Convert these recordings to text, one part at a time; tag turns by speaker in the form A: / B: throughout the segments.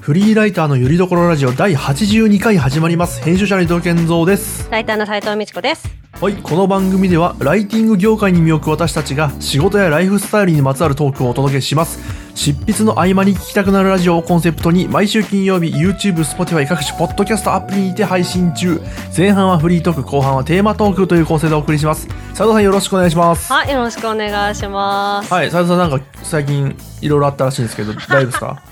A: フリーライターのゆりどころラジオ第82回始まります。編集者の伊藤健三です。
B: ライターの斉藤美智子です。
A: はい、この番組では、ライティング業界に身を置く私たちが、仕事やライフスタイルにまつわるトークをお届けします。執筆の合間に聞きたくなるラジオをコンセプトに、毎週金曜日、YouTube、Spotify 各種ポッドキャストアプリにて配信中。前半はフリートーク、後半はテーマトークという構成でお送りします。斉藤さんよろしくお願いします。
B: はい、よろしくお願いします。
A: はい、斉藤さんなんか最近いろいろあったらしいんですけど、大丈夫です か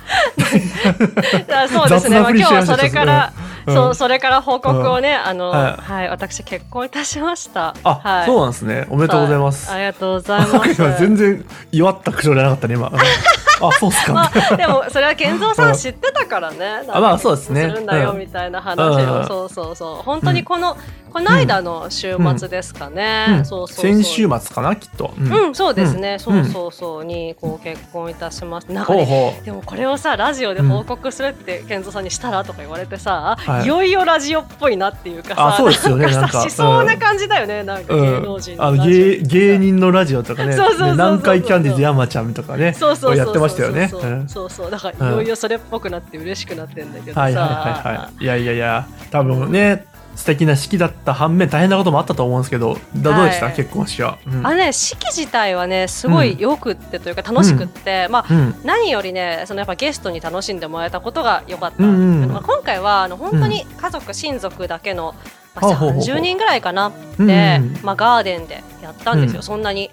B: あそうです
A: 雑
B: ね。
A: な
B: まあ
A: ふりし
B: 今日
A: や
B: は
A: がっ
B: そ
A: て
B: れから、
A: うん
B: そうそれから報告をね、あの、
A: は
B: はいい、私結婚いたしました。
A: あ、
B: はい、
A: そう
B: う
A: なんですね。おめでとうございます。
B: ありがとうございます。
A: 今全然祝った口調じゃなかったね 今あそうっすか、
B: まあでもそれは健三さ
A: うん
B: ん知ってたからね。
A: あまあそうですね
B: するんだよ
A: うん
B: みたいな話
A: うんうんう
B: を、
A: ん
B: そうそうそう。本当にこの、この間の週末ですかね。
A: うん
B: そうそうそう
A: 先週末かなきっと、うん
B: うん、そうですね。
A: うん
B: そうそうそうにこう結婚いたします。なんか
A: ほう
B: ね
A: ほう
B: でもこれをさラジオで報告するって健三さんにしたらとか言われてさ、
A: はい
B: い、よいよラジオっぽいなっていうか
A: あ
B: さ
A: そうですよね
B: なん
A: な
B: か
A: ん
B: さ
A: か
B: しそうな感じだよね、なんか芸能人
A: あ
B: ラ
A: の
B: ジオ
A: 芸芸人のラジオとかね
B: そうそうそうそう
A: ね南海キャンディーズ山ちゃんとかね
B: そうそうそうそう
A: やってましたよね、
B: そううんそうそうだか
A: う
B: ら
A: ん
B: いよいよそれっぽくなって嬉しくなってんだけどさ、
A: はいはいはいはいいやいやいや多分ね素敵な式だった反面大変なこともあったと思うんですけどだどうでした、
B: はい
A: 結婚式は、うん
B: あのね式自体はねすごいよくってというか楽しくって、まあ
A: うん
B: 何よりねそのやっぱゲストに楽しんでもらえたことが良かった、
A: うんうんうん
B: まあ、今回はあの本当に家族、親族だけの、まあ、
A: あほうほうほう
B: 30人ぐらいかなって、
A: うんうん
B: まあ、ガーデンでやったんです
A: う
B: よ、
A: ん
B: そんなに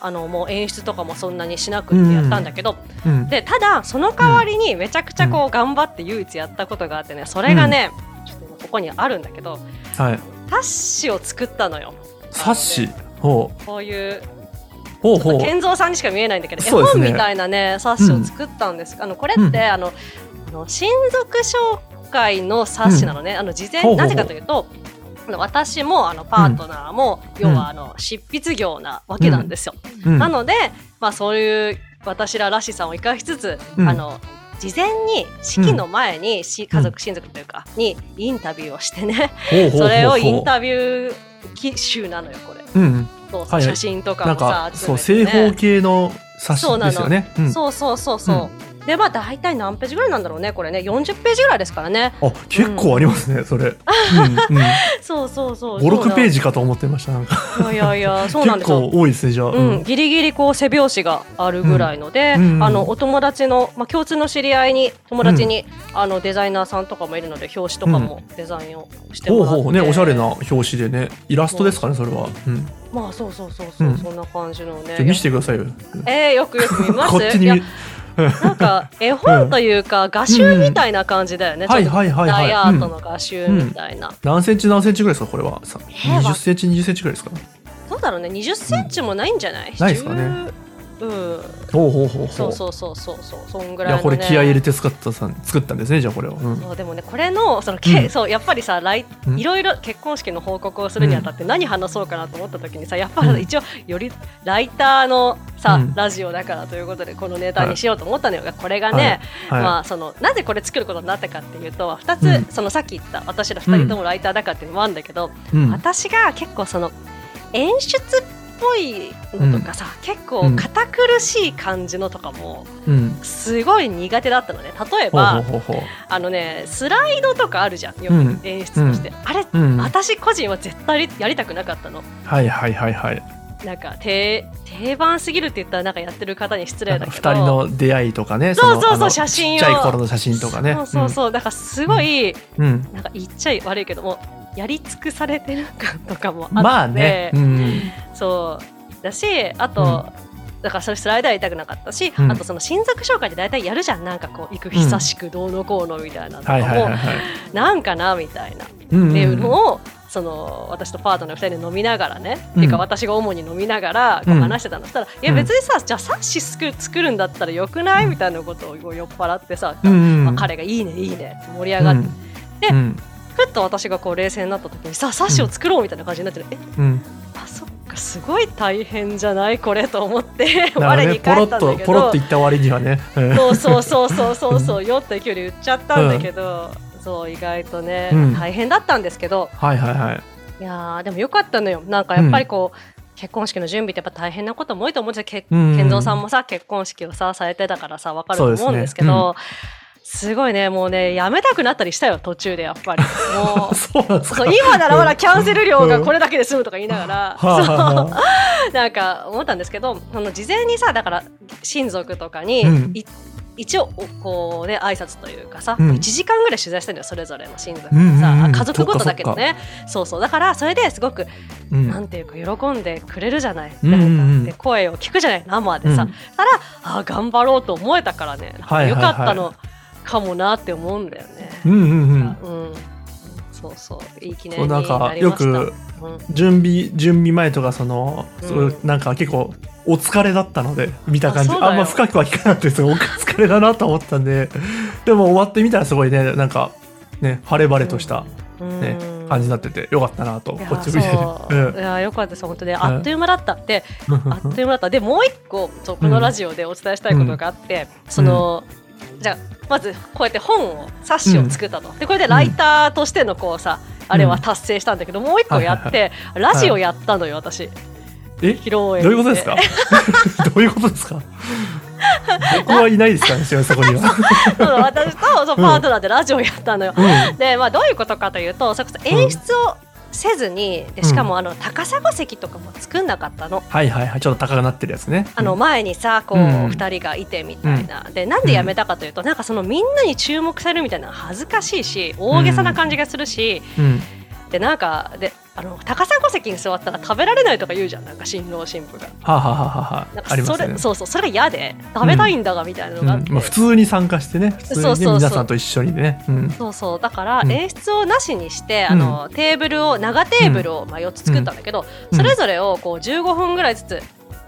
B: あのもう演出とかもそんなにしなくってやったんだけど、
A: うん
B: でただその代わりにめちゃくちゃこう頑張って唯一やったことがあってねそれがね、ちょっと今ここにあるんだけど
A: はい
B: タッシを作ったのよ
A: サッシほう
B: こういう
A: ほう
B: ち
A: ほ
B: ょっ
A: う
B: と健三さんにしか見えないんだけど、絵
A: そうです
B: 本
A: ね
B: みたいなね冊子を作ったんです、あのこれって、
A: うん
B: あのあの親族紹介の冊子なのね、あの事前
A: ほうほう
B: なぜかというとあの私もあのパートナーも、要はあの執筆業なわけなんですよ、
A: うん
B: なので、まあ、そういう私ららしさを生かしつつ、
A: うん
B: あの事前に式の前に、し家族親族というかにインタビューをしてね、
A: ほうほうほうほう
B: それをインタビュー記集なのよこれ
A: うん
B: そうそう
A: はい
B: 写真とか
A: なん
B: もさ
A: かそう
B: 集め
A: 正
B: てね
A: 方形の冊
B: そう
A: 子
B: なの
A: ですよねうん
B: そうそうそうそう。でまあ大体何ページぐらいなんだろうねこれね40ページぐらいですからね。
A: あ結構ありますね、それ、うん
B: そうそうそう。
A: うん、56ペー
B: ジ。
A: ジかと思ってましたなんか
B: いやいやいやそうなん
A: 結
B: ですよ
A: 構。多いですねじゃあ、
B: う
A: うん
B: ん、ギリギリこう背拍子があるぐらいので、
A: うんうん
B: あのお友達の、まあ、共通の知り合いに友達に、あのデザイナーさんとかもいるので表紙とかもデザインをしても
A: ほう
B: らって、
A: ほうねおしゃれな表紙でねイラストですかねそれは、うん、じ
B: まあそうそうそうそう、
A: うん
B: そんな感じのね
A: ゃあ見せてくださいよ、
B: えー、よくよく見 ます
A: こっち
B: い
A: に
B: や
A: 見
B: なんか絵本というか画集みたいな感じだよね、
A: うん
B: ちょっと
A: はいはいはいはい
B: ダイアートの画集みたいな、
A: 何センチ何センチぐらいですかこれはさ
B: えー
A: 20センチ20センチぐらいですか
B: どうだろうね、20センチもないんじゃない、
A: ないですかね
B: 10うん、
A: ほうほうほうほう
B: そうそうそうそうそう、そんぐ
A: い
B: らいの、
A: や
B: ね。
A: これ気合い入れて作ったさん作ったんですねじゃあこれは、うん、
B: そうでもね、これの、その、け、
A: うん
B: そう、やっぱりさ、来
A: う、ん
B: いろいろ結婚式の報告をするにあたって、何話そうかなと思った時にさ、やっぱ
A: うん
B: り一応。より、ライターのさ、
A: うん
B: ラジオだからということで、このネタにしようと思ったのよ、これがね。
A: はい、
B: まあ、そのなぜこれ作ることになったかっていうと2つ、
A: うん
B: そのさっき言った私ら2人ともライターだからっていうのもあるんだけど、
A: うん、
B: 私が結構その演出っぽいのとかさ、結
A: う
B: 構
A: ん
B: 堅苦しい感じのとかも
A: うん
B: すごい苦手だったのね例
A: ほ
B: え
A: う
B: ば
A: ほうほうほう
B: あのねスライドとかあるじゃんよ
A: うん
B: く演出として、あれ、
A: うん
B: 私個人は絶対やりたくなかったの
A: はいはいはいはい
B: なんか定定番すぎるって言ったらなんかやってる方に失
A: な
B: 礼
A: んか
B: だ
A: 2
B: け
A: 人
B: ど
A: の出会いとかね
B: そうそう
A: あ
B: そ
A: の
B: う写真
A: ちっ
B: を
A: ちゃい頃の写真とかね
B: そうそうそう、だからすごい、
A: うんうん
B: なんか言っちゃい悪いけどもやり尽くされてる感とかもあって、
A: まあね、うん、
B: そうだしあと、だからそれスライダーやりたくなかったし、
A: うん
B: あとその親族紹介で大体やるじゃんなんかこう行く久しくどうのこうのみたいなのとか
A: はいはいはい
B: も
A: はい。
B: なんかなみたいなっ
A: うんうん
B: ていうのをその私とパートナー2人で飲みながらね、
A: うん
B: てか私が主に飲みながらこう
A: うん
B: 話してたの、そしたら「いや別にさじゃあ冊子作る作るんだったらよくない?」みたいなことを酔っ払ってさ、
A: うん
B: まあ、彼が「いいねいいね」って盛り上がって、て
A: うん
B: ふっと私がこう冷静になった時にさ冊子を作ろうみたいな感じになってる、え
A: うん
B: あそっかすごい大変じゃないこれと思って
A: なるほど
B: 我に
A: ね、
B: 帰
A: ポロ
B: っ
A: った
B: んだ
A: と
B: け
A: ポロッ
B: ど
A: といった割にはね、うん
B: そうそうそうそうそうそうよって勢いで言っちゃったんだけど、そう意外とね、
A: うん
B: 大変だったんですけど
A: はいはいはい。
B: いやーでもよかったのよなんかやっぱりこう、結婚式の準備ってやっぱ大変なことも多いと思うんですよけ
A: うん
B: 健三さんもさ結婚式をさされてたからさ分かると思うんですけど。そうすごいね、もうね、やめたくなったりしたよ、途中でやっぱり。もう
A: そうなんですか
B: そう今ならまだキャンセル料
A: う
B: が
A: ん
B: これだけで済むとか言いながら、
A: はあはあはあ
B: そうなんか思ったんですけどその事前にさだから親族とかに、
A: うん
B: い一応こうね挨拶というかさ、
A: うん
B: 1時間ぐらい取材してるのよそれぞれの親族がさ、
A: うんうんうん
B: あ家族ごとだけどねそうそうだからそれですごく
A: うん
B: なんていうか喜んでくれるじゃない、
A: うんうんうん
B: で声を聞くじゃない生でさ、
A: うん
B: たらあ頑張ろうと思えたからね、
A: はいはいはい
B: よかったのかもなって思うんだよね。
A: うんうんうん
B: うんそうそういい記念
A: そ
B: に
A: う
B: な
A: なん
B: りま
A: か
B: した
A: よく
B: うん
A: 準備準備前とかその、
B: うん
A: そういうなんか結構お疲れだったので見た感じ
B: あそうだ
A: あ
B: よ
A: んま深くは聞かなくてすごいお疲れだなと思ったんででも終わってみたらすごいねなんかね晴れ晴れとした、ね
B: うん
A: 感じになっててよかったなと
B: いや
A: こっち見てて、
B: そう
A: う
B: い
A: ん
B: やよかったです本当に
A: ん
B: あっという間だったって、あっという間だったでもう一個そうこのラジオでお伝えしたいことがあって、その、じゃあまずこうやって本を冊子を作ったと、でこれでライターとしてのこうさ、あれは達成したんだけどもう一個やって、ラジオやったのよ私
A: え
B: 披露宴
A: どういうことです かどういうことですか僕はいないですからねすいませんそこに は。
B: そう私とそうパートナーでラジオやったのよ、
A: うん
B: で、まあ、どういうことかというとそれこそ演出をせずにでしかもあの高砂席とかも作んなかったの。
A: はいはいはいちょっと高くなってるやつね。
B: あの前にさこう
A: うん
B: 2人がいてみたいな、でなんでやめたかというとなんかそのみんなに注目されるみたいなの恥ずかしいし大げさな感じがするし、
A: うん
B: でなんかであの高砂席に座ったら食べられないとか言うじゃんなんか新郎新婦が
A: はあ、はあはあは
B: なん
A: あ、あり
B: か
A: ま
B: そ
A: す
B: れ、
A: ね。
B: そうそうそれが嫌で食べたいんだがみたいなの
A: うん
B: があって、
A: まあ、普通に参加してね普通
B: そう
A: にね
B: そうそう
A: 皆さんと一緒にね、うん、
B: そうそうだから
A: うん
B: 演出をなしにして、
A: うん
B: あのテーブルを長テーブルを、まあ、4つ作ったんだけど、それぞれをこう15分ぐらいずつ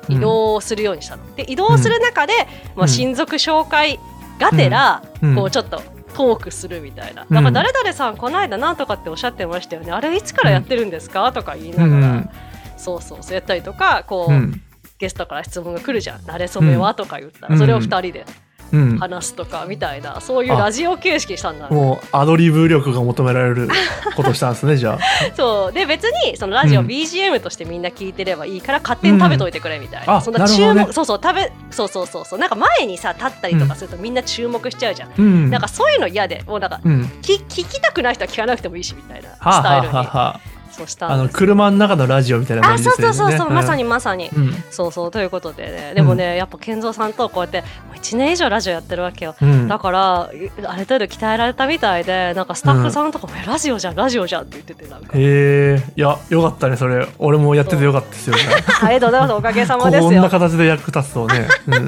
B: 移動するようにしたの。で移動する中で、ま
A: うん
B: あ、親族紹介がてら、
A: うん
B: こうちょっとトークするみたいな。
A: うん
B: なんか誰々さんこの間なんとかっておっしゃってましたよね。あれいつからやってるんですかとか言いながら、そうそうそうやったりとかこう、
A: うんうん
B: ゲストから質問が来るじゃん。慣れ初めは、とか言った
A: う
B: ら
A: ん
B: それを2人で
A: うん
B: 話すとかみたいな、そういうラジオ形式にしたんだ。
A: もうアドリブ力が求められ ることしたんですねじゃ
B: そうで別にそのラジオ
A: うん
B: BGM としてみんな聞いてればいいから勝手に食べといてくれみたいな、
A: うんあ
B: そんな
A: なるほ
B: 注
A: ど
B: 目
A: ね
B: そうそう食べそうそうそうそうなんか前にさ立ったりとかするとみんな注目しちゃうじゃん、
A: あ、うん、
B: なんかそういうの嫌でもうなんか、
A: うん
B: き聞きたくない人は聞かなくてもいいしみたいなス
A: はあ、は
B: タイ
A: あ
B: ルに、
A: はあは
B: そうし
A: あ、あ
B: たん
A: の
B: です
A: 車の中のラジオみたいな
B: あ
A: 感じで
B: そう
A: す
B: そ
A: よ
B: う
A: ね
B: そうそう、
A: ん
B: まさにまさに、
A: うん
B: そうそうということでねでもね、やっぱ健三さんとこうやってもう1年以上ラジオやってるわけよ
A: うん
B: だからいある程度鍛えられたみたいでなんかスタッフさんとかも、えラジオじゃんラジオじゃんって言っててなんか
A: へえいやよかったねそれ俺もやっててよかったですよね
B: ありがとうございます。おかげさまです
A: こ
B: よ。
A: んな形で役立つとね、うん、へ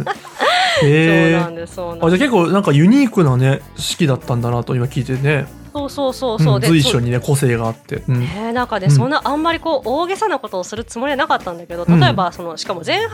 B: そう
A: え
B: な
A: あ
B: ん
A: じ
B: です。そう
A: ゃ
B: な
A: あ
B: んです。
A: 結構なんかユニークなね式だったんだなと今聞いてね、
B: そうそうそうそうう。
A: ん
B: で
A: 随所。にね個性があって、うん
B: えー、なんかね、
A: うん
B: そんなあんまりこう大げさなことをするつもりはなかったんだけど
A: うん
B: 例えばその、しかも前半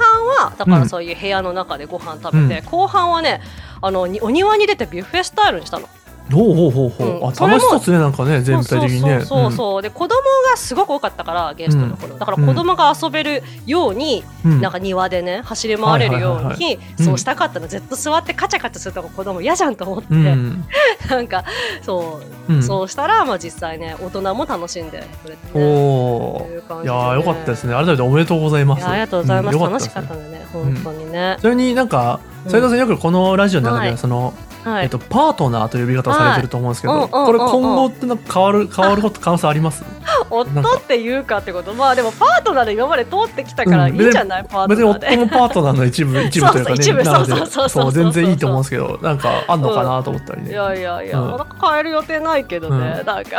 B: はだか
A: うん
B: らそういう部屋の中でご飯食べて、後半はねあのにお庭に出てビュッフェスタイルにしたの
A: ほうほうほうほう、
B: うん
A: あ
B: それも
A: 楽しそうですねなんかね全体的にね
B: そうそうそうそうで子供がすごく多かったからゲストの頃、だから子供が遊べるように、
A: うんうん
B: なんか庭でね走り回れるよ
A: は
B: う
A: いはい
B: に
A: うん
B: そうしたかったの、ずっと座ってカチャカチャするとこ子供嫌じゃんと思って、
A: うん
B: なんかそう
A: うん、
B: そうしたら、まあ、実際ね大人も楽しんでくれて、
A: お
B: ね、
A: お
B: という感
A: ーい
B: じで
A: や
B: ね
A: ーよかったですね改めておめでとうございま
B: い
A: す
B: やありがとうございます、
A: んよ
B: 楽
A: で
B: し
A: す
B: かったんでね本当にね
A: ち、なみになんか
B: うん
A: 斉藤さんよくこのラジオの中で
B: は
A: はいその、
B: はい、
A: えっと、パートナーという呼び方をされてると思うんですけど、
B: はいうんうんうん
A: これ今後ってなんか変わる変わること可能性ありますなん
B: 夫
A: か
B: っていうかってことまあでもパートナーで今まで通ってきたから
A: う
B: いい
A: ん
B: んじゃない、パート
A: 別に
B: ナー
A: 夫
B: で。
A: もパートナーの一 部一部というかね
B: 一部
A: なので
B: そうそうそうそうそう
A: 全然いいと思うんですけどなんかあんのかなと思ったり
B: い
A: ね、
B: やいやいや、
A: うん
B: なんか変える予定ないけどね、
A: うん
B: なんか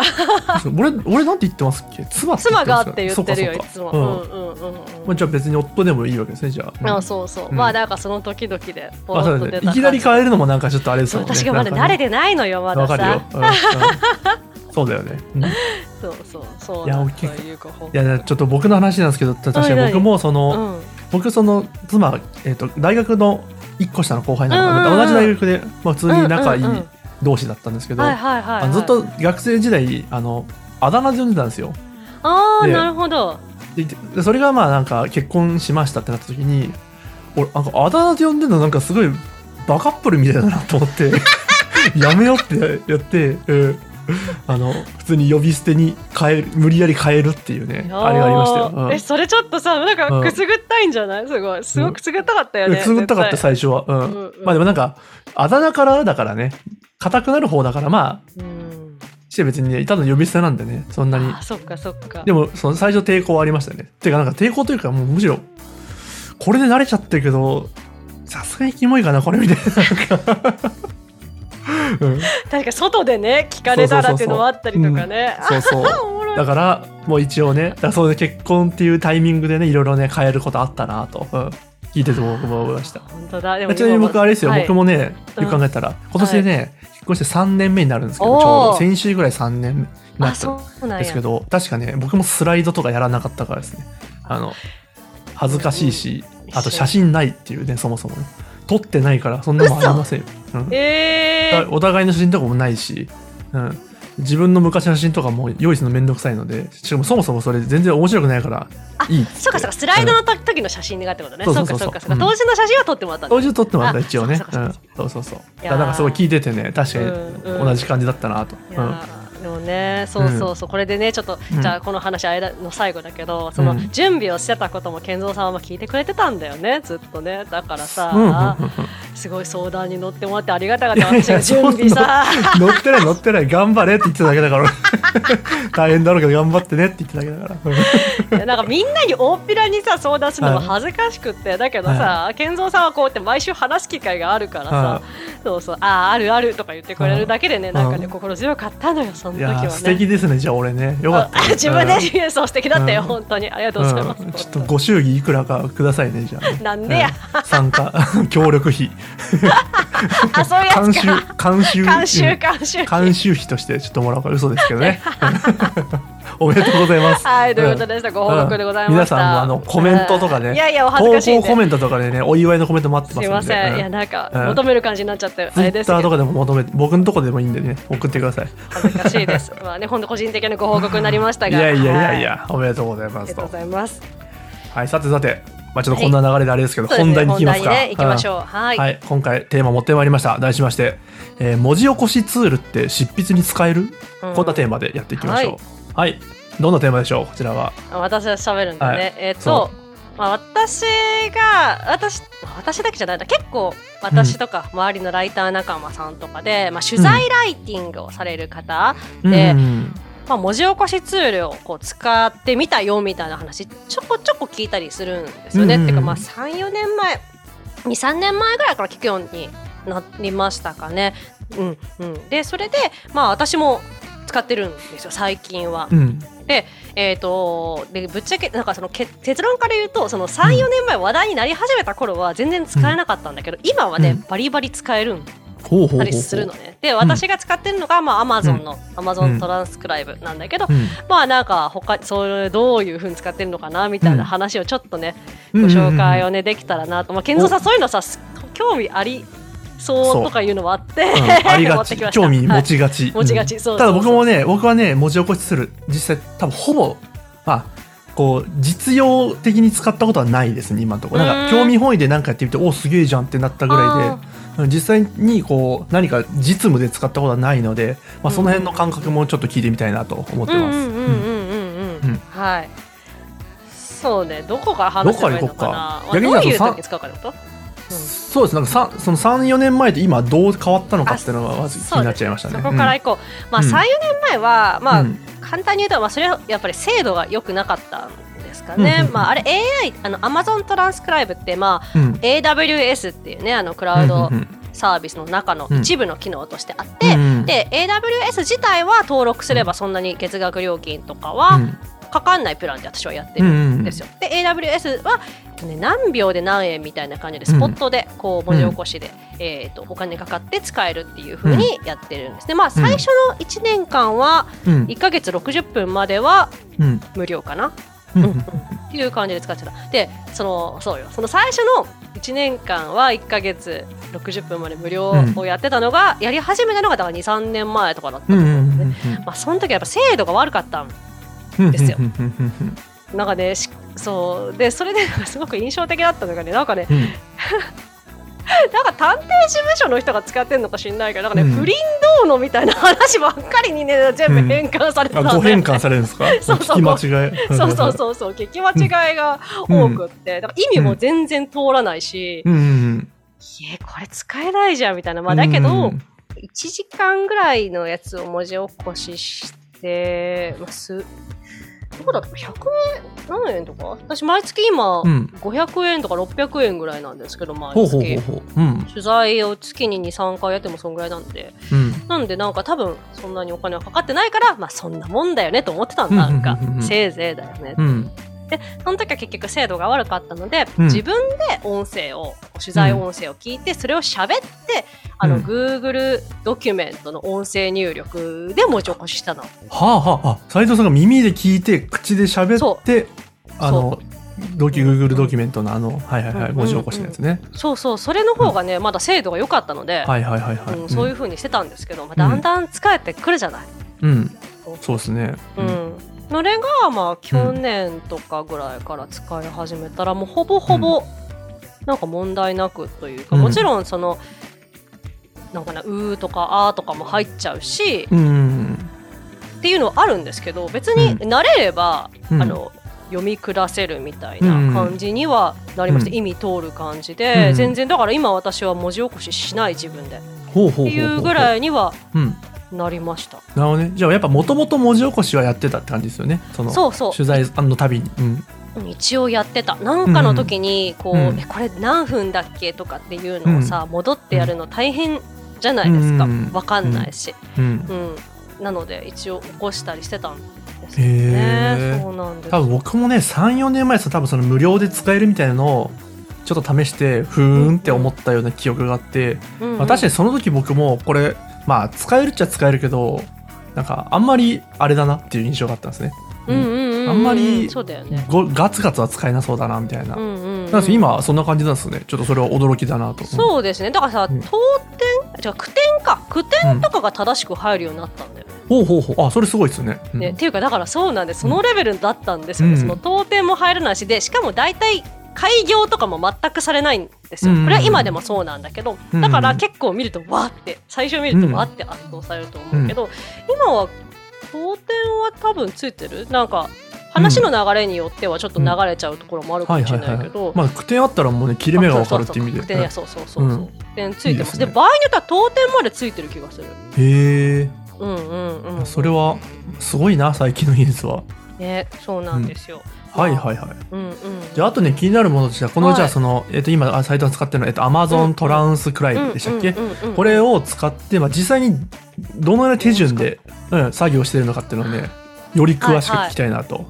A: 俺俺なんて言ってますっけ妻って言
B: 妻
A: ってま
B: が
A: す
B: っ
A: か
B: て言ってる
A: そ
B: よ
A: う
B: い
A: か
B: つ
A: そう
B: も。
A: かう
B: う
A: ん
B: んうんうんうん
A: まあ、じゃあ別に夫でもいいわけですねじゃあ、
B: あそうそう、
A: うん
B: まあなんかその時々でポ
A: まあ
B: ロ
A: そ
B: ッ
A: う
B: と
A: だ
B: 出
A: ね
B: た
A: い
B: 感じ
A: きなり変えるのもなんかちょっとあれです
B: そ
A: も
B: うん
A: ね
B: 私がまだ慣れてないのよまだ
A: わかるよ
B: さ、
A: うんうんそうだよね、うんい
B: そうそうそう
A: いや
B: なん
A: 大
B: か
A: きい
B: そういうご報告
A: やちょっと僕の話なんですけど確
B: は
A: か
B: い
A: に
B: はい
A: 僕もその、
B: うん
A: 僕その妻、えっと大学の1個下の後輩なので、
B: うんうんう
A: 同
B: ん
A: じ大学で、まあ、普通に仲いい
B: うんうんうん
A: 同士だったんですけど、
B: はいはいはい、はい、
A: あのずっと学生時代あのあだ名で呼んでたんですよ
B: ああ
A: で
B: なるほど
A: ででそれがまあなんか結婚しましたってなった時に俺なんかあだ名で呼んでるのなんかす ごいバカップルみたいだなと思ってやめようってやって、うんあの普通に呼び捨てに変える無理やり変えるっていうねあれがありましたよ、うん
B: えそれちょっとさなんかくすぐったいんじゃないすごいすごくくすぐったかったよ
A: いや
B: ね
A: くすぐったかった
B: 絶
A: 最初は、うん
B: 対うんうん
A: まあでもなんかあだ名からだからね硬くなる方だからまあ
B: 対うん
A: して別にねただの呼び捨てなんでねそんなに
B: あそっかそっか
A: でもその最初抵抗はありましたよねてかなんか抵抗というかもうむしろこれで慣れちゃってるけどさすがにキモいかなこれみたい ななんかうん、
B: 確か外でね聞かれたらっていうのもあったりとかね
A: そう そう
B: あおもろい
A: だからもう一応ねだからそういう結婚っていうタイミングでねいろいろね変えることあったなと、うん聞いてても僕も思いました
B: 本当だでも
A: あちなみに僕あれですよ、
B: はい
A: 僕もね
B: うん
A: よく考えたら、今年でね、引っ越して3年目になるんですけ
B: お
A: ど
B: ー
A: ちょうど先週ぐらい3年目になっ
B: あ
A: たん
B: そうなんや
A: ですけど確かね僕もスライドとかやらなかったからですねあの恥ずかしいし、
B: うん
A: あと写真ないっていうねそもそもね撮ってないからそんなもんありませんよ、うん
B: えー、
A: お互いの写真とかもないし、うん、自分の昔の写真とかも用意するのめんどくさいのでしかもそもそもそれ全然面白くないから
B: あ
A: いいっつって
B: そうかそうかスライドのた時の写真がってことね
A: そ
B: そうう
A: そう
B: か
A: そ
B: そ
A: そう
B: ううかそうか
A: う
B: 当時の写真は撮ってもらったんだ
A: 当時撮ってもらった
B: あ
A: 一応ね
B: そうかそうかそう
A: うんそうそうそう
B: いやー
A: だからすごい聞いててね確かに
B: うんうん
A: 同じ感じだったなと、
B: い
A: うん
B: やーでもねそうそうそう、これでねちょっと、
A: うん
B: じゃあこの話間の最後だけどその、
A: うん
B: 準備をしてたことも健三さんは聞いてくれてたんだよねずっとねだからさ、
A: うんうんうん
B: すごい相談に乗ってもらってありがたかった私
A: いや
B: が準備さ
A: 乗ってない乗ってない頑張れって言ってただけだから 大変だろうけど頑張ってねって言ってただけだから
B: いやなんかみんなに大っぴらにさ相談するのも恥ずかしくって、だけどさ、健三さんはこうやって毎週話す機会があるからさ、
A: は
B: そうそうあああるあるとか言ってくれるだけでね、
A: うん
B: なんか
A: う
B: ね
A: ん
B: 心強かったのよそ
A: い
B: の時
A: や
B: は
A: ー
B: ね
A: 素敵ですねじゃあ俺ねよかった、
B: あ
A: ね、
B: 自分
A: うん
B: で、そう素敵だったよ、
A: うん
B: 本当にありがとうございます、
A: うんちょっとご祝儀いくらかくださいねじゃあね
B: なんでや、
A: うん参加 協力費
B: あそういうや
A: 監
B: つ
A: 修
B: か
A: 監修
B: 監
A: う
B: 修
A: ん
B: 監修
A: 監修費としてちょっともらおうから嘘ですけど ね おめでとうございます
B: はいということでした、ご報告でございました、
A: うん皆さんもあのコメントとかね
B: いやいやお恥ず
A: 投
B: かしいん
A: 稿
B: で
A: コメントとかでねお祝いのコメント待って
B: す
A: ます
B: い
A: んで
B: ません、
A: うん
B: いやなんか、
A: うん
B: 求める感じになっちゃってあれです
A: ツイ
B: け
A: ッター
B: ど
A: とかでも求めて僕のとこでもいいんでね送ってください
B: 恥ずかし いですまあね本当個人的なご報告になりました
A: い
B: が
A: やいやいやい
B: は
A: や、おめでとうござい
B: あ
A: ま
B: り
A: す
B: がと
A: と
B: うございます
A: はいさてさてまあちょっとこんな流れであれですけど、本題に行きますか
B: そうですね本題にね行きましょう、
A: うん
B: はい、
A: はい、今回テーマ持ってまいりました題しまして、えー文字起こしツールって執筆に使える、
B: うん
A: こんなテーマでやっていきましょうはい、どんなテーマでしょうこちらは
B: 私は喋るんでね、
A: はい
B: えっ、
A: そ
B: とまあ、私が私まあ私だけじゃないな結構私とか周りのライター仲間さんとかで、まあ、取材ライティングをされる方、で
A: うん
B: まあ、文字起こしツールをこう使ってみたよみたいな話ちょこちょこ聞いたりするんですよね。
A: うんうん
B: っていうかまあ34年前23年前ぐらいから聞くようになりましたかね。うんうん、でそれでまあ私も使ってるんですよ最近は。
A: うん
B: えー、とでぶっちゃけなんかそのけ結論から言うとその34年前話題になり始めた頃は全然使えなかったんだけど、今はね、
A: うん
B: バリバリ使えるん
A: ほうほうほうほ
B: た
A: う
B: りするのね。で私が使ってるのが、まあ、Amazon の Amazon トランスクライブなんだけど、
A: うん
B: まあなんか他それどういうふうに使ってるのかなみたいな話をちょっとね、
A: うん
B: ご紹介をねできたらなと、まあ、健三さんそういうのさす興味ありそうとかいうのもあって、
A: う んあり
B: 持
A: が
B: って
A: ち
B: きました
A: 興味持
B: はい
A: ちがち、
B: 持ちがち
A: うん
B: そう
A: ただ
B: そう
A: 僕もね僕はね文字起こしする実際多分ほぼまあこう実用的に使ったことはないですね今のところなんか
B: うん
A: 興味本位で何かやってみておすげえじゃんってなったぐら
B: あ
A: いでうん実際にこう何か実務で使ったことはないので、まあ、その辺の感覚もちょっと聞いてみたいなと思ってます、
B: うんうん
A: う
B: うんんうんうんうん、
A: うん
B: はいそうねどこから話せばいいのかなまあ
A: どこ
B: どう
A: から行こうか逆に
B: い
A: じ
B: う
A: ゃあ
B: 時に使うかってこと
A: そうですなんかさその34年前と今どう変わったのかっていうのがまず気になっちゃいましたね
B: そこから行こう、まあ
A: うん
B: 34年前は、まあ
A: うん
B: 簡単に言うと、まあ、それはやっぱり精度が良くなかったんですか
A: う
B: ね、
A: んうんうん
B: まあ、あれ AI あの Amazon トランスクライブって、まあ、
A: うん
B: AWS っていうねあのクラウド
A: うんうん
B: サービスの中の一部の機能としてあって、
A: うん
B: で AWS 自体は登録すればそんなに月額料金とか
A: う
B: は
A: ん
B: かかんないプランで私はやってる
A: うんうん
B: んですよ。で AWS は、ね、何秒で何円みたいな感じでスポットでこう文字起こしで、えー、とお金かかって使えるっていう風にやってるんですね。まあ、最初の1年間は
A: うん
B: 1ヶ月60分までは
A: うん
B: 無料かな
A: うん
B: うんっていう感じで使ってた。で、そのそうよ、その最初の1年間は1ヶ月60分まで無料をやってたのが、やり始めたのがだから2、3年前とかだったと
A: うんう
B: 思うん
A: ん
B: です
A: う
B: ね。
A: ん
B: まあ、その時はやっぱ精度が悪かったん
A: うん
B: ですよ
A: うんうんうんうん
B: なんか ねしそうでそれですごく印象的だったのがねなんかね
A: うん
B: なんか探偵事務所の人が使ってんのか知んないけどなんかね、
A: うん
B: 不倫どうのみたいな話ばっかりにね全部変換されてた
A: あ
B: んだ
A: ご
B: よね
A: 変換されるんですか
B: そうそ
A: 聞
B: う
A: き間違え
B: そうそう
A: う
B: そうそう聞き間違いが多くって、だから意味も全然通らないし、
A: うんうん
B: いやこれ使えないじゃんみたいな
A: う
B: まあ
A: ん
B: だけど、
A: うん
B: 1時間ぐらいのやつを文字起こししてます。どうだった ?100 円何円とか私毎月今、
A: うん
B: 500円とか600円ぐらいなんですけど毎
A: ほう
B: 月
A: ほうほうほううん
B: 取材を月に23回やってもそんぐらいなんで
A: うん
B: なんでなんか多分そんなにお金はかかってないからまあそんなもんだよねと思ってたんだなんか
A: うんうんうんうん
B: せいぜいだよね
A: うん
B: その時は結局精度が悪かったので、
A: うん
B: 自分で音声を取材音声を聞いて、それを喋ってあの、
A: うん
B: Google ドキュメントの音声入力で文字起こししたの。
A: はあはああ斉藤さんが耳で聞いて口で喋
B: そ
A: ってあのドキュ Google ドキュメントのあのはいはいはい
B: うん
A: 文字起こしのやつね
B: そうそうそれの方がね、まだ精度が良かったので、
A: はいはいはいはい
B: うん、そういう
A: う
B: 風にしてたんですけど、まあ、だんだん疲れてくるじゃない。
A: うんそうですね
B: うんそれがまあ去年とかぐらいから使い始めたら、もうほぼほぼなんか問題なくというか、
A: うん
B: もちろんそのなんかなうーとかあーとかも入っちゃうし、
A: うんうん
B: っていうのはあるんですけど別に慣れれば、
A: うん
B: あの読み下せるみたいな感じにはなりまして、
A: うん
B: 意味通る感じで、
A: うん
B: 全然だから今私は文字起こししない自分でっ
A: ほうほうほうほ
B: ていうぐら
A: い
B: いには
A: うん
B: なりました
A: なるほどねじゃあやっぱもともと文字起こしはやってたって感じですよねその
B: そうそう
A: 取材あの旅にうん
B: うん一応やってたなんかの時にこう、
A: うん
B: えこれ何分だっけとかっていうのをさ、戻ってやるの大変じゃないですか、
A: うん
B: わかんないし、
A: うん
B: うんなので一応起こしたりしてたんですけど
A: へ
B: ね
A: ー
B: そうなんです
A: 多分僕もね34年前ですと多分その無料で使えるみたいなのをちょっと試してふーんって思ったような記憶があって、
B: うんうん
A: まあ、確かにその時僕もこれまあ使えるっちゃ使えるけどなんかあんまりあれだなっていう印象があったんですね
B: うんうんうんうん
A: あんまり
B: そうだよね。
A: ごガツガツは使えなそうだなみたいな、
B: うんうんうん
A: なんです今そんな感じなんですねちょっとそれは驚きだなと
B: そうですねだからさ
A: うん
B: 当点じゃあ句点か句点とかが正しく入るようになったんだよね。
A: ほうほうほうあそれすごいですね,うん、
B: ねっていうかだからそうなんでそのレベルだったんですよね、
A: うん
B: その当点も入らないしでしかも大体開業とかも全くされないんですよ、
A: うん
B: これは今でもそうなんだけど
A: うん
B: だから結構見るとわーって最初見るとわーって圧倒されると思うけど、今は当点は多分ついてるなんか話の流れによってはちょっと流れちゃうところもあるか
A: はい
B: もし
A: は
B: れ
A: い
B: ない
A: は
B: け
A: い
B: ど、
A: まあ句点あったらもうね切れ目が分かるっていう意味で
B: あそうそうそ
A: うん
B: う確定やそうそうそうそう
A: うん
B: 確定つ
A: い
B: いてます
A: いです
B: で
A: ね
B: 場合によっては当点までついてる気がする
A: へえ
B: うんうんうん
A: それはすごいな最近の技術は
B: ねそうなんですよ、
A: はいはいはい
B: うんうん
A: じゃああとね気になるものとしてはこの、
B: はい
A: じゃあその、えっと今あ斉藤さん使ってるのは、えっと、
B: う
A: Amazon
B: ん
A: トランスクライ
B: うん
A: ブでしたっけ、
B: うんうんうん
A: これを使って、まあ、実際にどのような手順で、うん、作業してるのかっていうのをねより詳しく聞きたいなと、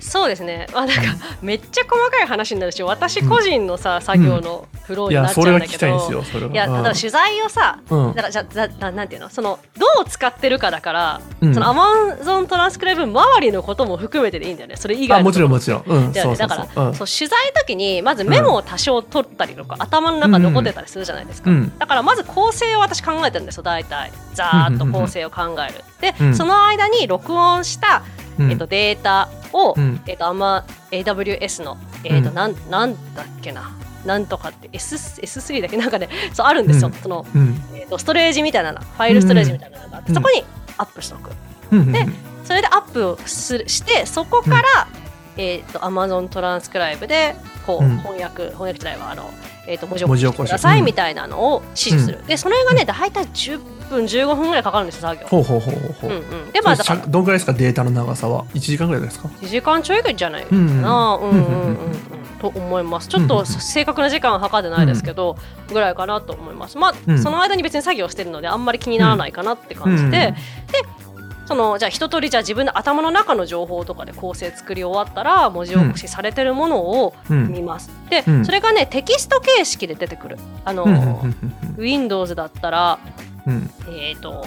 B: そうですねあなんかめっちゃ細かい話になるし私個人のさ、作業のフロ
A: うん、い
B: ーに
A: や
B: なっちゃ
A: そ
B: うん
A: れが
B: だ
A: 聞
B: けど
A: きたいんですよそれはい
B: やだから取材をさ
A: うん
B: だからじゃだだなんていうのそのどう使ってるかだから、
A: うん
B: そのアマゾントランスクライブ周りのことも含めてでいいんだよねそれ以
A: あ
B: 外の
A: も
B: と
A: ち
B: こ
A: ろ
B: ろ
A: んもちろん、うん、そう
B: だよね
A: そう
B: だ
A: そ
B: から
A: う、うん、
B: そう取材の時にまずメモを多少取ったりとか、頭の中残ってたりするじゃないですか、
A: うん
B: だからまず構成を私考えてるんですよ大体ざーっと構成を考える、で、
A: うん
B: その間に録音した、
A: うん
B: えっとデータを、
A: うん
B: えっとあんま AWS の、えっと
A: うん
B: なんなんだっけななんとかって S S3 だっけ なんかねそうあるんですよ、
A: うん
B: その、
A: うん
B: えっとストレージみたいなのファイルストレージみたいなのがあって、
A: うん
B: そこにアップしておく
A: うんうん
B: でそれでアップをするしてそこから、えっ、と Amazon トランスクライブでこう、
A: うん
B: 翻訳翻訳じゃないわあのえっ、と文字
A: 文字
B: 起
A: 起
B: こ
A: こ
B: し
A: して
B: ください
A: うん
B: みたいなのを指示する、でそれがね大体10分15分ぐらいかかるんですよ作業。
A: ほうほうほうほうほ
B: う
A: う、
B: ん
A: う
B: うん、でまあだから
A: どんぐらいですかデータの長さは1時間ぐらいですか
B: 1時間ちょいぐらいじゃないか
A: うんうん
B: な、うん、うんうん
A: う
B: うん
A: んうんうん
B: と思いますちょ
A: う
B: っ
A: んう
B: と
A: ん
B: 正確な時間は測ってないですけど、ぐらいかなと思いますまあ、
A: うん
B: その間に別に作業してるのであんまり気にならないかなって感じで、そのじゃあ一通りじゃあ自分の頭の中の情報とかで構成作り終わったら文字起こしされてるものを
A: うんうん
B: 見ます。で、
A: うん
B: それがねテキスト形式で出てくる。あの、
A: うんうんうん
B: Windows だったら
A: うんうん
B: えっ、と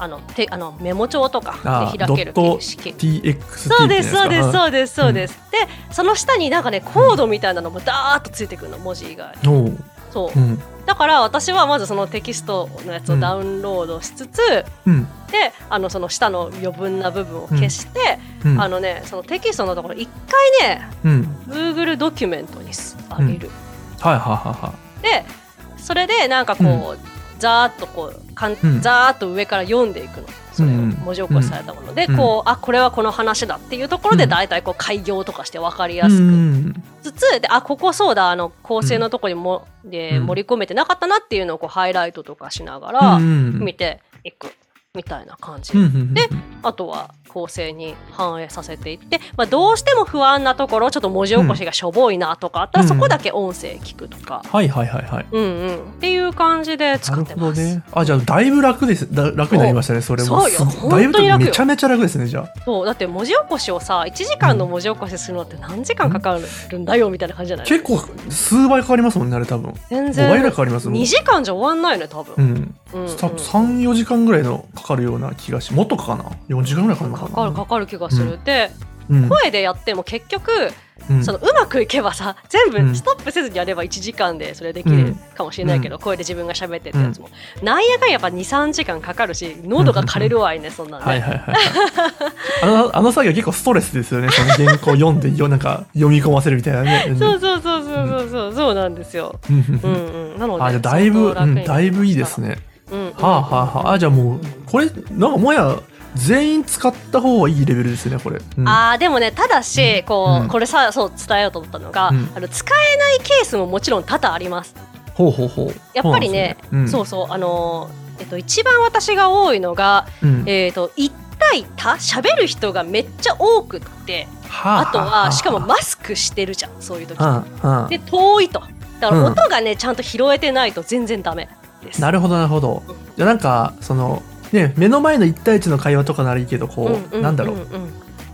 B: あのてあのメモ帳とか
A: あ
B: で
A: ー
B: 開ける
A: ドット
B: 形式。
A: TXT
B: そうですそうです
A: う
B: そうですそうです。でその下になんかねコードみたいなのもダーッとついてくるの文字以外。
A: おう
B: そう
A: う。ん
B: だから私はまずそのテキストのやつ
A: う
B: を
A: ん
B: ダウンロードしつつ、
A: うん
B: であのその下の余分な部分を消して。
A: うん
B: あのね、そのテキストのところ一回ね、
A: うん
B: Google ドキュメントにすあげる。
A: はいはいはいはい
B: で、それでなんかこう、ざーっとこうかん
A: うん
B: ざーっと上から読んでいくのそれを
A: うん
B: 文字起こしされたもので、
A: うん
B: こうあこれはこの話だっていうところ
A: う
B: で
A: ん
B: 大体こう開業とかして分かりや
A: う
B: すく
A: ん
B: つつであここそうだあの構成のとこにも、で
A: うん
B: 盛り込めてなかったなっていうのをこうハイライトとかしなが
A: う
B: ら
A: ん
B: 見ていくみたいな感じ、
A: うん
B: であとは構成に反映させていって、まあ、どうしても不安なところちょっと文字起こしがしょぼいなとかあったら、
A: うん
B: そこだけ音声聞くとか、
A: はいはいはいはい
B: うんうん、っていう感じで
A: な
B: 使
A: る
B: って
A: ほど
B: ます。
A: ねあじゃあだいぶ楽ですだ楽になりましたねそれも
B: そうよ
A: すごだいぶと
B: 本当に楽よ
A: めちゃめちゃ楽ですねじゃあ
B: そうだって文字起こしをさ1時間の文字起こしするのって何時間かかるんだよみたいな感じじゃない
A: 結構数倍かかりますもんねあれ多分
B: 全
A: 5倍ぐらい
B: 然
A: かかりますもん
B: 2時間じゃ終わんないよね多
A: う
B: 分、
A: ん
B: うんうん
A: 多分34時間ぐらいのかかるような気がしもっとかかな4時間ぐらいかかるのか
B: か
A: な
B: かるかかる気がする、で
A: うん
B: 声でやっても結局
A: うん
B: そのうまくいけばさ
A: う
B: 全
A: ん
B: 部ストップせずにやれば1時間でそれでき
A: うん
B: るかもしれないけど、声で自分が喋ってってやつも、なんやかんやっぱ23時間かかるし喉が枯れるわいねそんなんね、
A: はいはいはいはいあのあの作業結構ストレスですよねその原稿読んでよなんか読み込ませるみたいなね
B: そうそうそうそうそうそうそうなんですよ、
A: うん
B: う
A: うんうん
B: んうん、なので
A: あじゃあだいぶ、
B: 相当楽
A: う
B: に
A: ん、だいぶいいですね
B: うんう
A: は
B: ん
A: あはあはああじゃあもうこれなんかもや全員使った方がいいレベルですねこれ、うん
B: あーでもねただしこう、
A: うん
B: これさそう伝えようと思ったのが、
A: うん
B: あの使えないケースももちろん多々あります。
A: ほうほうほう
B: やっぱりね
A: そうなんです
B: そうそうあのーえっと一番私が多いのが
A: うんうん
B: えっ、と一対多喋る人がめっちゃ多くって
A: は
B: あとはしかも
A: は
B: マスクしてるじゃんそういう時
A: あはあ
B: で遠いとだか
A: うん
B: ら音がねちゃんと拾えてないと全然ダメです。
A: なるほどなるほどじゃあなんかそのね目の前の一対一の会話とかならいいけどこう、
B: うう
A: なんだろう,、
B: ううん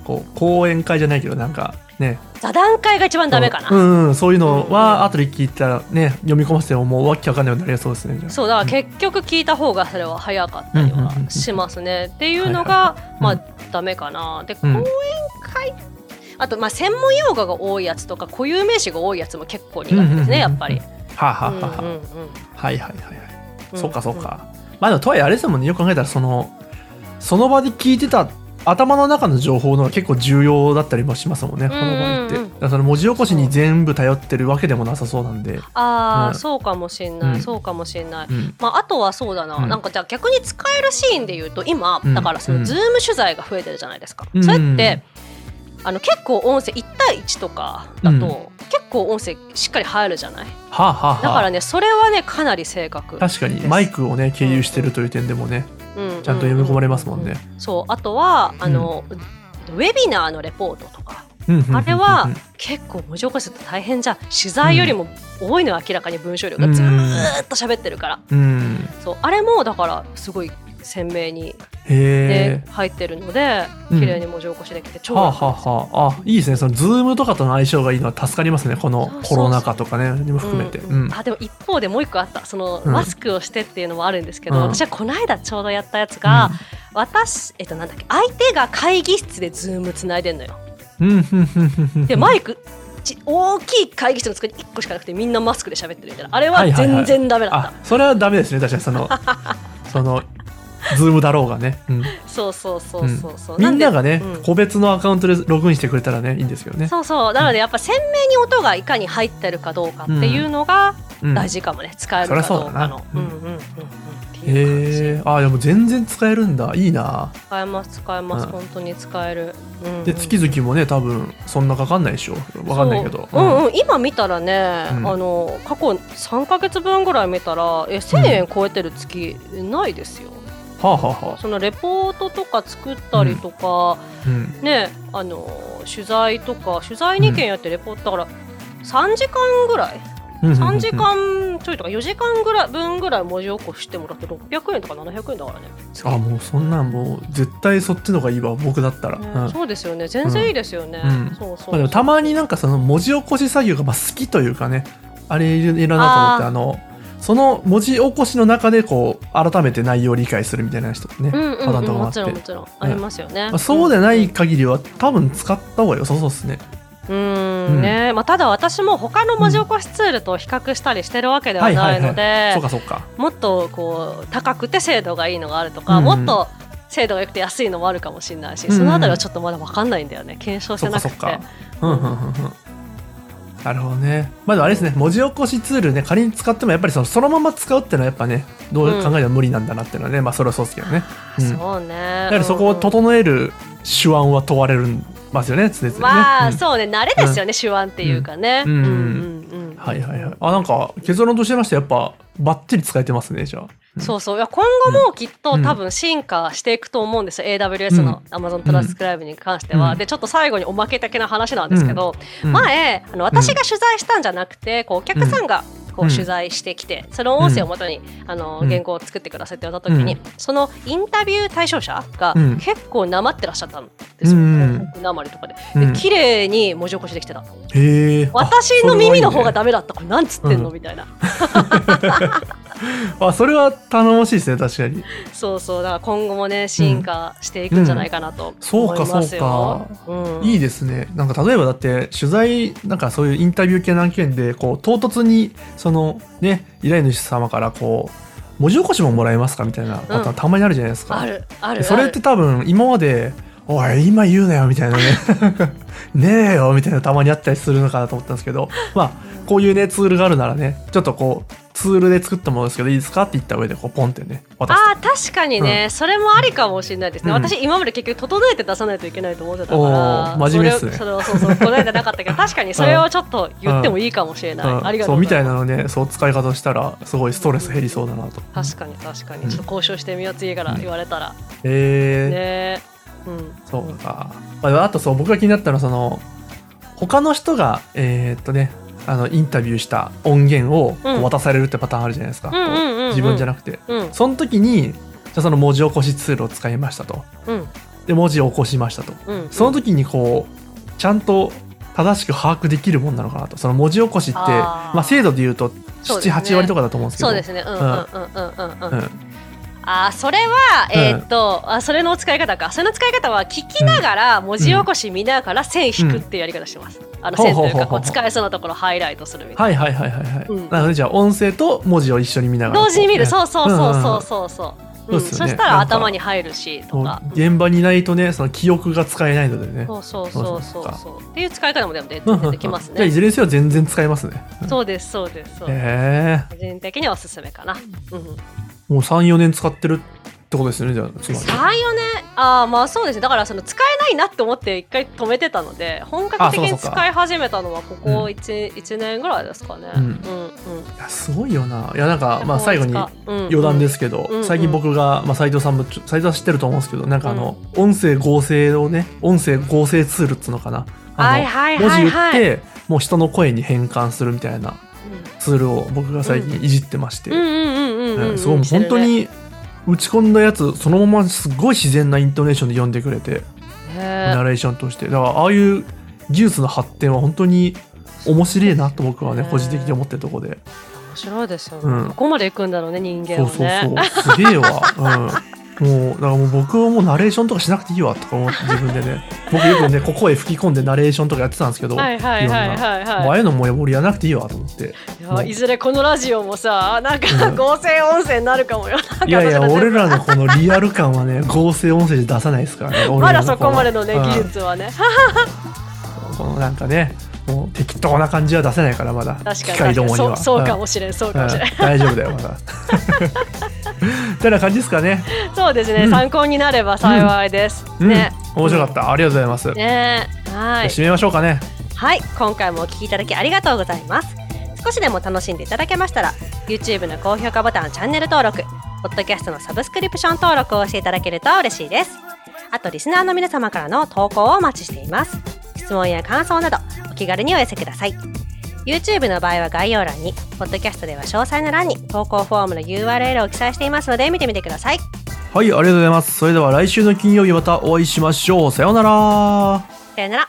A: こう講演会じゃないけどなんかね
B: 座談会が一番ダメかな。
A: うんうん、そういうの
B: うんうん
A: は後で聞いたらね読み込ませてももうわけわかんないようになりそうですねじゃあ
B: そうだから結局聞いた方がそれは早かったりはしますね、っていうのが、ま
A: はいはいはい
B: あダメかなで講
A: うん
B: 演会、あとまあ専門用語が多いやつとか固有名詞が多いやつも結構苦手ですね、
A: うんうんうんうん
B: やっぱり、
A: はあ、はあ
B: うんうん
A: はあはあ
B: う
A: は
B: ん
A: いはいはいはい、
B: うん
A: そうかそうかまあでもとはいえあれですもんねよく考えたらそのその場で聞いてた頭の中の情報の方が結構重要だったりもしますもんね、この場合って。
B: うんうんう
A: だから
B: ん
A: その文字起こしに全部頼ってるわけでもなさそうなんで。
B: ああ、
A: うん
B: そうかもしんない、
A: うん
B: そうかもしんない
A: うん。
B: まあ、あとはそうだな、
A: うん
B: なんかじゃあ逆に使えるシーンで言うと今、
A: うん
B: だからそうの
A: ん
B: ズーム取材が増えてるじゃないですか、
A: うん
B: それってあの結構音声1対1とかだと、結構音声しっかり入るじゃない
A: はあ、はあはあ、
B: だからねそれはねかなり正確
A: 確かにマイクをね経由してるという点でもね、ち
B: ち
A: ゃんと読み込まれますもんね。
B: そうあとはあの、ウェビナーのレポートとか
A: うんうんうんうん
B: あれは結構文字起こしって大変じゃん取材よりも多いのは明らかに文章量がずーっと喋ってるから、
A: うん
B: そうあれもだからすごい鮮明に、
A: へ
B: ね
A: え。
B: 入ってるので
A: うん
B: 綺麗に文字起こしできて超
A: はあ、
B: 楽
A: はあはあ、あいいですねそのズームとかとの相性がいいのは助かりますねこ
B: そうそ
A: の
B: うそう
A: コロナ禍とかねにも含めて。
B: うん
A: うん
B: あでも一方でもう一個あったその、
A: うん
B: マスクをしてっていうのもあるんですけど、
A: うん
B: 私はこの間ちょうどやったやつが、私えっとなんだっけ相手が会議室でズームつないでんのよ。
A: うんうんうんうんうん
B: でマイクち大きい会議室の机に1個しかなくてみんなマスクで喋ってるみたいなあれは全然ダメだった、
A: あそれはダメですね確かにそ のそのズームだろうがね、うん
B: そうそうそうそうそう、
A: みんながね、
B: うん
A: 個別のアカウントでログインしてくれたらねいいんですけどね
B: そうそうなのでやっぱ鮮明に音がいかに入ってるかどうかっていうのが
A: うん
B: 大事かもね、使えるか
A: そりゃ
B: ど
A: そうう
B: か
A: だ
B: の
A: な
B: う
A: うんん
B: うんうんうんっていう感
A: へえあでも全然使えるんだいいな
B: じ使えます使えます、
A: うん
B: 本当に使える、うんうん
A: で月々もね多分そんなかかんないでしょわかんないけど
B: そううん
A: うん
B: うん、今見たらね、
A: うん
B: あの過去3か月分ぐらい見たらえ1000円超えてる月ないですよ、
A: はあはあはあ
B: そのレポートとか作ったりとか、
A: うん
B: ねあの取材とか取材2件やってレポートだから3時間ぐらい
A: うんうんうん
B: 3時間ちょいとか4時間ぐらい分ぐらい文字起こしてもらって600円とか700円だからね
A: あもうそんなんもう絶対そっちのがいいわ僕だったら、
B: ね
A: うん
B: そうですよね全然いいですよね、
A: うん
B: そうそう
A: まあ、でもたまになんかその文字起こし作業がまあ好きというかねあれいるいらなと思ってあのその文字起こしの中でこう改めて内容を理解するみたいな人ってね、
B: うんうん
A: パターン
B: うん
A: とかもあ
B: も
A: っ
B: ち
A: て、
B: ろんもちろんありますよね、
A: まあ、そうでない限りは多分使った方が良さそうですね。
B: うーんね、まあ、ただ私も他の文字起こしツールと比較したりしてるわけではないので
A: そうかそうか。
B: もっとこう高くて精度がいいのがあるとか、
A: うん
B: もっと精度が良くて安いのもあるかもしれないし、
A: うん
B: そのあたりはちょっとまだ分かんないんだよね検証し
A: そ
B: て
A: うか
B: なく
A: そ
B: て
A: うか。うんうんうんうん。なるほどね。まあでもあれですね、文字起こしツールね、仮に使ってもやっぱりそのそのまま使うっていうのはやっぱね、どう考えても無理なんだなっていうのはね、まあそれはそうですけどね。うん
B: そうね。
A: やはりそこを
B: うん
A: 整える手腕は問われるんますよね、常々ね。
B: ま
A: う
B: あ、
A: ん
B: そうね、慣れですよね、手腕っていうかね。
A: う
B: うんんうんうん。
A: はいはいはい。あ、なんか結論としてましてやっぱバッチリ使えてますね、じゃあ。うん
B: そうそういや今後もきっと多分進化していくと思うんですよ、AWS の Amazon トラスクライブに関しては。
A: うん
B: でちょっと最後におまけ的な話なんですけど、
A: うん、
B: 前あの私が取材したんじゃなくてこうお客さんがこ
A: うん
B: う取材してきて、その音声をもとに、あ
A: う
B: の
A: ん
B: 原稿を作ってくださいって言われた時に、
A: うん
B: そのインタビュー対象者が
A: うん
B: 結構なまってらっしゃったんですよ、
A: うん
B: 広告なまりとかで。
A: う
B: で
A: ん
B: 綺麗に文字起こしできてた
A: へえ。
B: 私の耳の方が
A: だ。
B: ダメだったこれなんつってんの、
A: うん
B: みたいな
A: あ、それは頼もしいですね、確かに。
B: そうそうだから今後もね進化していくんじゃないかなと
A: そう
B: 思
A: か
B: いますよ。
A: そう
B: うん
A: いいですね。なんか例えばだって取材なんかそういうインタビュー系の案件でこう唐突にそのね依頼主様からこう文字起こしももらえますかみたいなパターンたまにあるじゃないですか。
B: あるあるあ
A: で
B: る
A: それって多分今まで「おい今言うなよ」みたい なね「ねえよ」みたいなたまにあったりするのかなと思ったんですけどまあこういうねツールがあるならねちょっとこうツールで作ったものですけどいいですかって言った上でこうポンってね渡す
B: あー確かにね、それもありかもしれないですね、
A: うん
B: 私今まで結局整えて出さないといけないと思ってたから
A: おー真面目っすね
B: それをそれをそうそう整えてなか ったけど確かにそれをちょっと言ってもいいかもしれない、
A: うん
B: ありが
A: そ
B: と
A: う
B: うご
A: み
B: ざ
A: た
B: い
A: い
B: ま
A: なのねそう使い方をしたらすごいストレス減りそうだなと。
B: す確かに確か
A: うん
B: にちょっと交渉してみよう次から言われたら、
A: えー
B: ねうん
A: そうか。まあ、あとそう僕が気になったのはその他の人がえーっとねあのインタビューした音源をこ
B: う
A: うん渡されるってパターンあるじゃないですか。
B: うんうんうんうん
A: こ自分じゃなくて。
B: うん
A: その時にじゃあその文字起こしツールを使いましたと。
B: うん
A: で文字を起こしましたと。
B: うん
A: その時にこうちゃんと正しく把握できるもんなのかなと。その文字起こしって
B: あー
A: まあ精度で言うと
B: そう
A: 7、
B: ですね
A: 8割とかだと思うんですけど。
B: そうですねうんうんうんうんうんうん、
A: うん
B: あーそれは、
A: うん
B: えーっとあそれの使い方かそれの使い方は聞きながら、文字起こし見ながら線引くっていうやり方してます、あの
A: ほう
B: 線
A: ほ
B: と
A: う
B: いう
A: ほうほう
B: かこう使えそうなところをハイライトするみたい
A: はいはいはいはいはい。
B: うん
A: なのでじゃあ音声と文字を一緒に見な
B: な、
A: がらこう
B: 同時に見る
A: ね
B: そうそうそうそうそうそう、
A: うん
B: う
A: うん
B: ん
A: そうっすよねな
B: そした
A: ん
B: ら
A: か
B: 頭に入るしと
A: もう
B: か、うん
A: 現場にいないとねその記憶が使えないのでね
B: そうそうそうそ
A: そう
B: う
A: か
B: そうっていう使い方もでも出
A: うんうんうん
B: てきます
A: じゃあい
B: ね
A: ずれにせよ全然使えますね
B: そうですそうですそうです、
A: へえ
B: 個人的にはおすすめかな、うん
A: もう34年使ってるってことですよねじゃあつまり
B: 34年ああまあそうですねだからその使えないなって思って一回止めてたので本格的
A: あそ
B: に
A: うかそうか
B: 使い始めたのはこ
A: う
B: こ
A: ん
B: 1,、一年ぐらいですかね、
A: う
B: うんんうん
A: いやすごいよないやなんかまあ最後に余
B: 余、
A: 談ですすけど、
B: うんうん
A: 最近僕が、まあ、斉藤さんもちょ斉藤は知ってると思うんですけどなんかあの、音声合成をね音声合成ツールっつうのかなあ
B: は
A: の、
B: いはい
A: 文字
B: はい
A: 言
B: は
A: っ
B: い
A: てもう人の声に変換するみたいなツールを僕が最近いじってまして、
B: うんうんうんうんうん、
A: う
B: うんん、
A: すごいもう
B: して
A: 本
B: るね
A: 当に打ち込んだやつそのまますごい自然なイントネーションで読んでくれて
B: へ
A: ナ
B: ー
A: レーションとしてだからああいう技術の発展は本当に面白いなと僕はね
B: へー
A: 個人的に思ってるとこで
B: 面白いですよね、
A: うん
B: どこまで行くんだろうね人間
A: そ
B: は
A: う
B: ね
A: そうそうすげえわうんもうだからもう僕はもうナレーションとかしなくていいわとか思って自分でね僕よくねこう声吹き込んでナレーションとかやってたんですけど、
B: はいはいはい
A: ろんなも
B: はい
A: うあ
B: は
A: あ
B: い
A: いうのもう俺やらなくていいわと思って
B: いやいずれこのラジオもさなんか
A: うん
B: 合成音声になるかもよ、なんか
A: いやいや
B: 私たち
A: 俺らのこのリアル感はね合成音声で出さないですからね俺
B: ま
A: ら
B: だそこまでのね
A: うん
B: 技術はね
A: このなんかねもう適当な感じは出せないからまだ
B: 確か
A: 機
B: に
A: 械
B: 確か
A: ど
B: に
A: もに
B: そ
A: は
B: うそうか
A: ん
B: もしれんそう
A: う
B: か
A: ん
B: もしれん、
A: 大丈夫だよま だてな感じですかね
B: そうですね、
A: うん
B: 参考になれば幸いです、
A: うん、
B: ね
A: 面白かった、ありがとうございます、
B: ねはい
A: じゃあ締めましょうかね
B: はい今回もお聞きいただきありがとうございます少しでも楽しんでいただけましたら YouTube の高評価ボタンチャンネル登録ポッドキャストのサブスクリプション登録をしていただけると嬉しいですあとリスナーの皆様からの投稿をお待ちしています質問や感想などお気軽にお寄せください YouTube の場合は概要欄にポッドキャストでは詳細の欄に投稿フォームの URL を記載していますので見てみてください
A: はいありがとうございますそれでは来週の金曜日またお会いしましょうさようなら
B: さよなら